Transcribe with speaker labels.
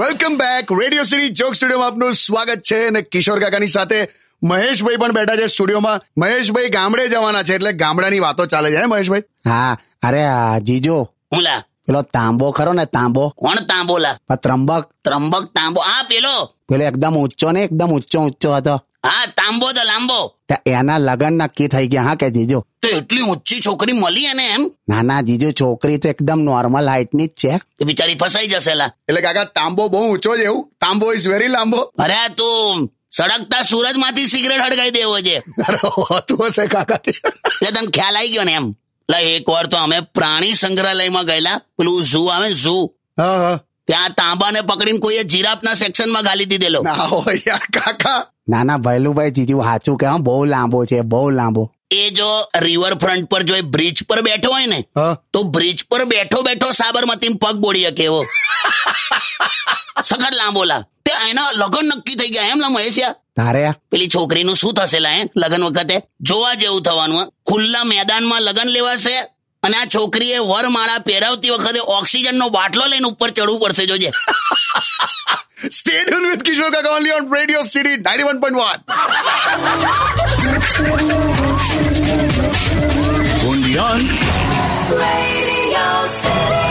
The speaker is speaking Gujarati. Speaker 1: Welcome back Radio City joke સ્ટુડિયોમાં આપનું સ્વાગત છે અને કિશોર કાકાની સાથે મહેશભાઈ પણ બેઠા છે સ્ટુડિયોમાં મહેશભાઈ ગામડે જવાના છે એટલે ગામડાની વાતો ચાલે છે હે મહેશભાઈ
Speaker 2: હા અરે આ જીજો
Speaker 3: હું લા
Speaker 2: પેલો તાંબો ખરો ને તાંબો
Speaker 3: કોણ તાંબો લા
Speaker 2: આ ત્રંબક
Speaker 3: ત્રંબક તાંબો આ પેલો
Speaker 2: પેલો એકદમ ઊંચો ને એકદમ ઊંચો ઊંચો હતો
Speaker 3: હા તાંબો તો લાંબો
Speaker 2: તે એના લગન નક્કી થઈ ગયા હા કે જીજો
Speaker 3: તો એટલી ઊંચી છોકરી મળી એને એમ
Speaker 2: ના ના જીજો છોકરી તો એકદમ નોર્મલ હાઈટની જ છે
Speaker 3: એ બિચારી ફસાઈ જશે લા
Speaker 1: એટલે કાકા તાંબો બહુ ઊંચો છે એવું તાંબો ઇઝ વેરી લાંબો
Speaker 3: અરે આ તું સળગતા સૂરજ માંથી સિગરેટ હડકાઈ દેવો છે
Speaker 1: અરે હોતું હશે કાકા
Speaker 3: તે તને ખ્યાલ આવી ગયો ને એમ લા એક વાર તો અમે પ્રાણી સંગ્રહાલયમાં ગયેલા પેલું ઝૂ આવે ને ઝૂ
Speaker 1: હા હા
Speaker 3: ત્યાં તાંબાને પકડીને કોઈએ જીરાફના સેક્શનમાં ગાલી દીધેલો
Speaker 1: ના હોય યાર કાકા
Speaker 2: નાના ભૈલુભાઈ જીજુ સાચું કે હા બહુ લાંબો છે બહુ લાંબો
Speaker 3: એ જો રિવર ફ્રન્ટ પર જો એ બ્રિજ પર બેઠો હોય ને
Speaker 1: હા
Speaker 3: તો બ્રિજ પર બેઠો બેઠો સાબરમતી પગ બોળી શકે એવો સખત લાંબોલા તે એના લગ્ન નક્કી થઈ ગયા એમ લા મહેશિયા
Speaker 2: તારે આ?
Speaker 3: પેલી છોકરીનું શું થશે લા હે લગ્ન વખતે જોવા જેવું થવાનું હે. ખુલ્લા મેદાનમાં લગ્ન લેવાશે અને આ છોકરીએ વરમાળા પહેરાવતી વખતે ઓક્સિજનનો બાટલો લઈને ઉપર ચડવું પડશે જોજે
Speaker 1: Stay tuned with Kishore Kaka only on Radio City 91.1.
Speaker 4: Radio City.